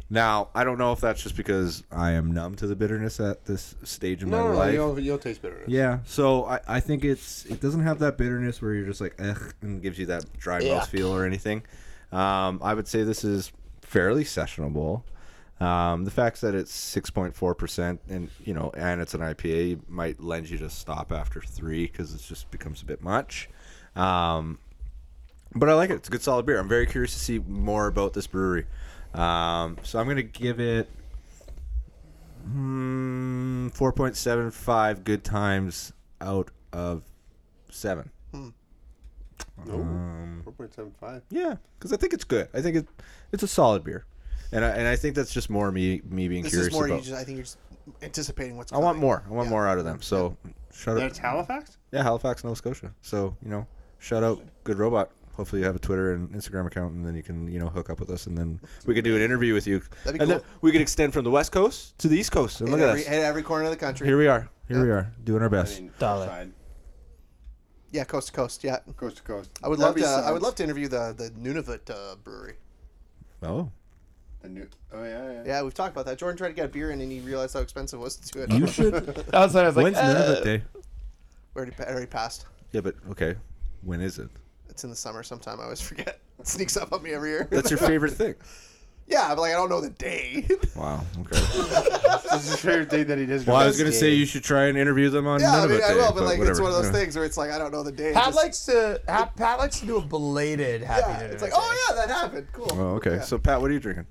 Now I don't know if that's just because I am numb to the bitterness at this stage in No, my no, no life. you'll, you'll taste bitter. Yeah, so I, I think it's it doesn't have that bitterness where you're just like ugh and gives you that dry Yeah. mouth feel or anything. Um, I would say this is fairly sessionable. Um, the fact that it's six point four percent and you know and it's an IPA might lend you to stop after three because it just becomes a bit much. Um, but I like it. It's a good solid beer. I'm very curious to see more about this brewery. Um, so I'm gonna give it Mm, 4.75 good times out of 7. Um, Four point seven five. Yeah, cuz I think it's good. I think it it's a solid beer. And I, and I think that's just more me me being This curious is more. You about. just, I think you're just anticipating what's. I want coming. more. I want Yeah. more out of them. So shut up. That's Halifax. Yeah, Halifax, Nova Scotia. So, you know, shout out Good Robot. Hopefully you have a Twitter and Instagram account and then you can, you know, hook up with us and then we could do an interview with you. That'd be and then cool. we could extend from the West Coast to the East Coast. And In look every, at us. in every corner of the country. Here we are. Here we are doing our I best. mean, Dollar. side, Yeah, coast to coast. Yeah, coast to coast. I would That'd love be to. uh, I sides. would love to interview the the Nunavut uh, brewery. Oh. The new. Oh yeah, yeah. Yeah, we've talked about that. Jordan tried to get a beer in, and he realized how expensive it was to do it. You should I was, I was like, When's Nunavut uh, Day? already, already passed. Yeah, but okay. When is it? It's in the summer sometime. I always forget. It sneaks up on me every year. That's your favorite thing. yeah, but like I don't know the day. Wow. Okay. This is his favorite thing that he does. Well, I was gonna say you should try and interview them on yeah, I Nunavut mean I Day, will, but like it's whatever. one of those Yeah. things where it's like I don't know the day. It Pat just- likes to Pat, Pat likes to do a belated happy. yeah, New it's Year like Day. oh yeah, that happened. Cool. Oh, okay. Yeah. So Pat, what are you drinking?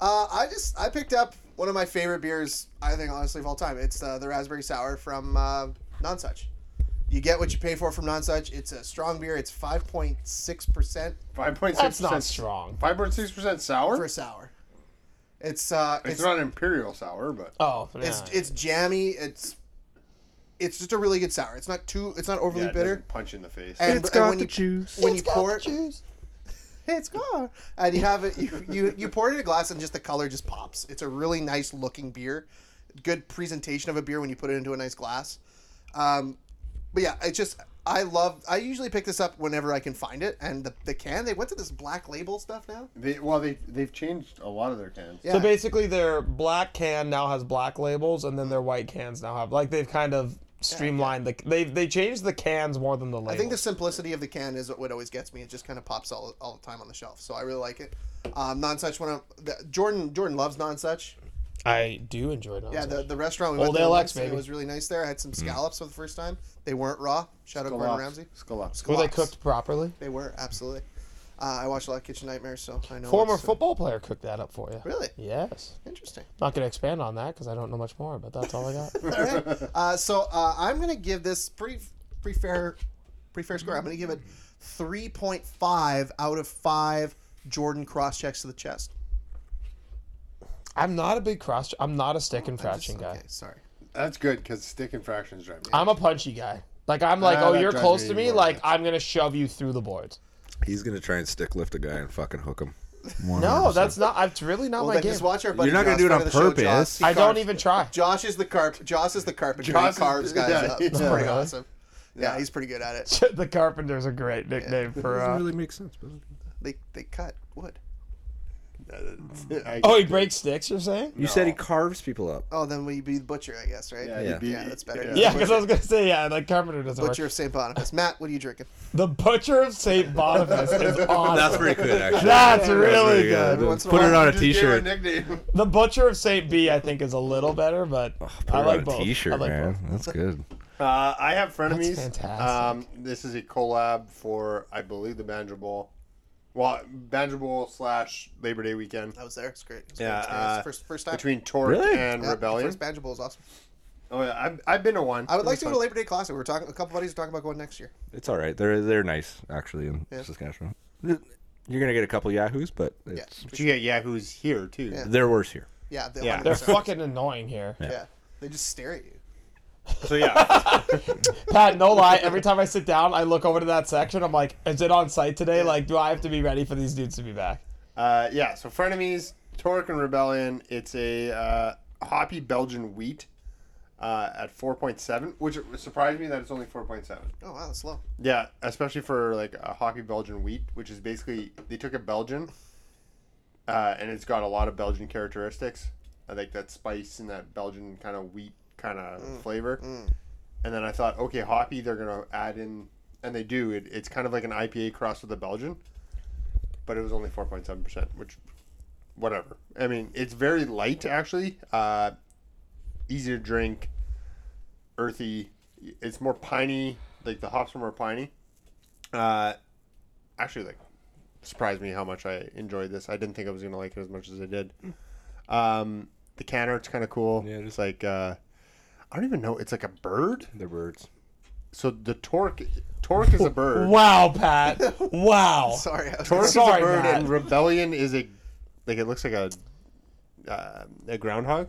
Uh, I just I picked up one of my favorite beers. I think honestly of all time. It's uh, the raspberry sour from uh, Nonsuch. You get what you pay for from Nonsuch. It's a strong beer. It's five point six percent Five point six that's not percent. strong. Five point six percent for sour. a sour. It's uh, It's it's Uh, not imperial sour, but Oh, it's nah. it's jammy. It's it's just a really good sour. It's not too. It's not yeah, overly it bitter. doesn't punch in the face. And, It's and got when the you, juice. When you pour it, it's gone. And you have it. You, you you pour it in a glass, and just the color just pops. It's a really nice looking beer. Good presentation of a beer when you put it into a nice glass. Um, but yeah, it's just I love. I usually pick this up whenever I can find it, and the, the can they went to this black label stuff now. They, well, they they've changed a lot of their cans. Yeah. So basically, their black can now has black labels, and then their white cans now have like they've kind of streamlined the they they changed the cans more than the labels. I think the simplicity of the can is what always gets me. It just kind of pops all, all the time on the shelf, so I really like it. Um, Nonsuch, one of the, Jordan Jordan loves Nonsuch. I do enjoy those. Yeah, the, the restaurant we Old Mm. went to LX, once, and it baby. was really nice there. I had some scallops for the first time. They weren't raw. Shout out Gordon Ramsay. Scallops. were they Lots. cooked properly? They were absolutely. Uh, I watch a lot of Kitchen Nightmares, so I know. Former what's, uh, football player cooked that up for you. Really Yes. interesting. Not gonna expand on that because I don't know much more, but that's all I got. All right. Uh, so uh, I'm gonna give this pretty pretty fair pretty fair score. I'm gonna give it 3.5 out of five Jordan cross checks to the chest. I'm not a big cross. I'm not a stick and traction guy. Okay, sorry. That's good because stick infractions drive Um, me. I'm a punchy guy. Like I'm like, Ah, oh, that you're drives close me to me. even more Like I'm gonna shove you through the boards. He's gonna try and stick lift a guy and fucking hook him. No, that's not. It's really not Oh Well, my then game. just watch our buddy. not gonna Josh, do it friend on of the show, purpose. Josh. He I don't carves- even try. Josh is the carp. Josh is the carpenter. Josh he is- carves guys yeah, up. It's yeah. pretty Yeah. awesome. Yeah, he's pretty good at it. the Carpenter's a great nickname for. doesn't Uh... really make sense. But They they cut wood. I- Oh, he breaks sticks. You're saying? you said he carves people up. Oh, then we be the butcher, I guess, right? Yeah, he'd be- Yeah, that's better. Yeah, because I was gonna say yeah. Like Carpenter doesn't Butcher work. of St. Boniface. Matt, what are you drinking? The Butcher of Saint Boniface is awesome. That's pretty good, actually. That's really pretty good. Every once in a Put it while, on a Just gave her a T-shirt. nickname. The Butcher of Saint B, I think, is a little better, but Put I it like on both. a T-shirt, I like man. both. That's good. Uh, I have frenemies. fantastic. Um, this is a collab for, I believe, the Banjo Bowl. Well, Banjo Bowl slash Labor Day weekend I was there. It's great. It was a Yeah, great experience. uh, first first time. between Torque Really? and Yeah, Rebellion. First Banjo Bowl is awesome. Oh yeah, I've, I've been to one. I would It like was to go fun. to Labor Day Classic. We were talking. A couple buddies were talking about going next year. It's all right. They're they're nice actually in Saskatchewan. You're gonna get a couple yahoos, but it's, But you get Yahoo's here too. they're worse here. Yeah, the Yeah. yeah. They're fucking annoying here. yeah, they just stare at you. So yeah, Pat, no lie, every time I sit down, I look over to that section. I'm like, is it on site today? Like, do I have to be ready for these dudes to be back? Uh, yeah, so frenemies, Torque and Rebellion. It's a uh, hoppy Belgian wheat uh, at four point seven, which it surprised me that it's only four point seven. Oh wow, that's low. Yeah, especially for like a hoppy Belgian wheat, which is basically they took a Belgian, uh, and it's got a lot of Belgian characteristics. I like that spice and that Belgian kind of wheat kind of flavor. And then I thought, okay, hoppy, they're gonna add in, and they do. It, it's kind of like an IPA cross with a Belgian, but it was only four point seven percent, which, whatever. I mean, it's very light actually, uh, easy to drink, earthy. It's more piney, like the hops are more piney. Uh, actually, like surprised me how much I enjoyed this. I didn't think I was gonna like it as much as I did. Um, the can art's kind of cool. Yeah, it it's is. like uh, I don't even know. It's like a bird. they're birds. So the torque, torque is a bird. Wow, Pat. Wow. Sorry, I was Torque is a Sorry, bird, Matt. and rebellion is a like it looks like a uh, a groundhog,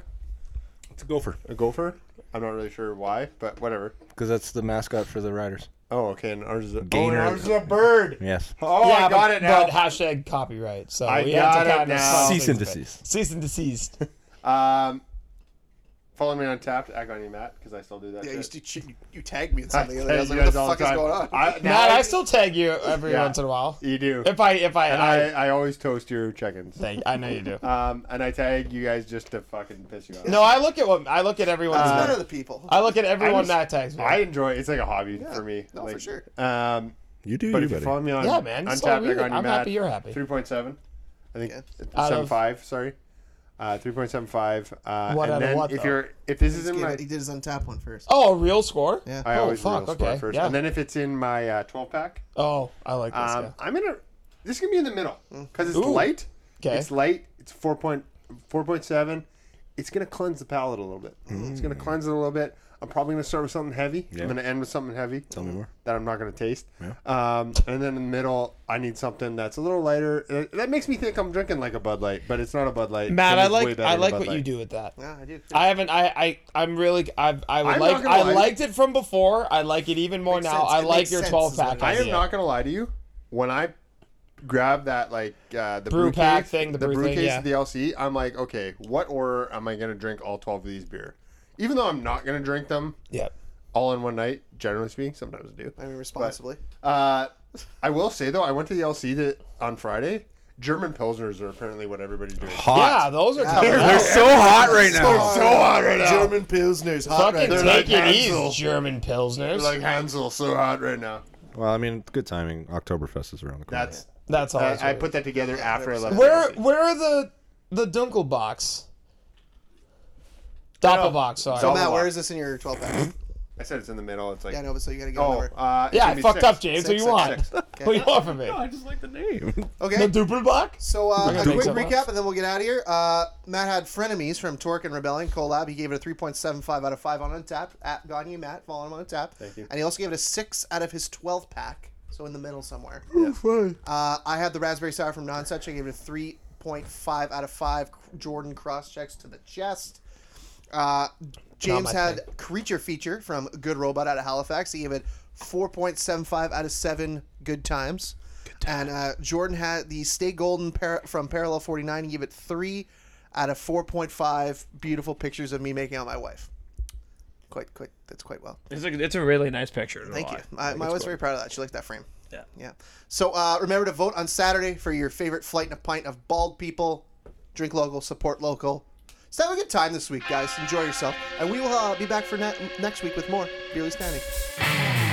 It's a gopher a gopher. I'm not really sure why, but whatever. because that's the mascot for the riders. Oh, okay, and ours is a, oh, and Gainer. ours is a bird. Yes. Oh, I Yeah, got but- it now. But hashtag copyright. So I we got have to it kind of now. follow Cease things and a bit. desist. Cease and desist. Um, follow me on Tapped. I got you, Matt, because I still do that. Yeah, you, shit. used to, you, you tagged me in I something. and tell I was you like, what the guys all fuck is time. going on? I, now Matt, I- I still tag you every Yeah. once in a while. you do. If I if I and I, I, I always toast your chickens. thank- I know you do. Um, and I tag you guys just to fucking piss you off. No, I look at what I look at everyone. uh, It's none of the people. I look at everyone just- that tags me. I enjoy. It's like a hobby Yeah, for me. no, for like, sure. Um, You do, but you if you buddy. follow me on, Yeah, man, on it's all Tapped, I weird. got you, I'm Matt. happy you're happy. Three point seven. I think Yeah. Out seven of- five. Sorry. Uh, three point seven five. Uh, What out and of then what, if though? you're if this is He in my did his untap one first. oh, a real score? Yeah. I Oh, always fuck, roll score okay, first, yeah. and then if it's in my uh, twelve pack, Oh, I like this. Um, I'm gonna. This can be in the middle because it's Ooh. light. Okay. It's light. It's 4.4.7. It's gonna cleanse the palate a little bit. It's Mm. gonna cleanse it a little bit. I'm probably gonna start with something heavy. Yeah. I'm gonna end with something heavy. Tell me more. That I'm not gonna taste. Um, and then in the middle, I need something that's a little lighter. Uh, That makes me think I'm drinking like a Bud Light, but it's not a Bud Light. yeah. Matt, It I is way like better I than like Bud what you Light. do with that. Yeah, I do. I haven't. I. I. I'm really. I. I would I'm not like. gonna I lie. liked it from before. I like it even more Makes now. sense. I It like makes your sense, 12 is what pack. it I idea. am not gonna lie to you. When I grab that like uh, the Brew brew pack case, thing, the brew thing, case yeah. of the LC, I'm like, okay, what order am I gonna drink all twelve of these beer? Even though I'm not gonna drink them Yep. all in one night, generally speaking, sometimes I do. I mean, responsibly. Uh, I will say though, I went to the LC to, on Friday. German pilsners are apparently what everybody's doing. Yeah, Hot. those are coming They're out. so hot right So now. So hot right now. German Pilsner's hot right Fucking now. They're take like it Hansel. easy, German pilsners. like Hansel, so hot right now. Well, I mean, good timing. Oktoberfest is around the corner. That's That's all. I, I put that together after I left. the Where LC. where are the the Dunkelbox? box? Doppelbox, sorry. So, Doppel- Matt, where is this in your 12 pack? I said it's in the middle. It's like Yeah, no, but so you gotta get a Mm-hmm. oh, number. uh, it's yeah, gonna I be fucked six. up, James. Six, what do you six, want? six. What do you want from me? I just like the name. The Okay. Doppelbox? So uh, We're a gonna quick make recap, and then we'll get out of here. Uh, Matt had frenemies from Torque and Rebellion collab. He gave it a 3.75 out of five on Untapped. At Gagne Matt, follow him on Untapped. Thank you. And he also gave it a six out of his 12 pack, so in the middle somewhere. Uh, I had the raspberry sour from Nonsuch. I gave it a 3.5 out of five. Jordan cross checks to the chest. Uh, James my had creature feature from Good Robot out of Halifax. He gave it 4.75 out of seven good times. And uh, Jordan had the Stay Golden par- from Parallel 49. He gave it three out of 4.5 beautiful pictures of me making out my wife. Quite, quite. That's quite well. It's a, it's a really nice picture. Thank you. My, my wife's very proud of that. She liked that frame. Yeah. Yeah. So uh, remember to vote on Saturday for your favorite flight and a pint of bald people. Drink local, support local. So have a good time this week, guys. Enjoy yourself. And we will uh, be back for ne- next week with more Beerly Standing.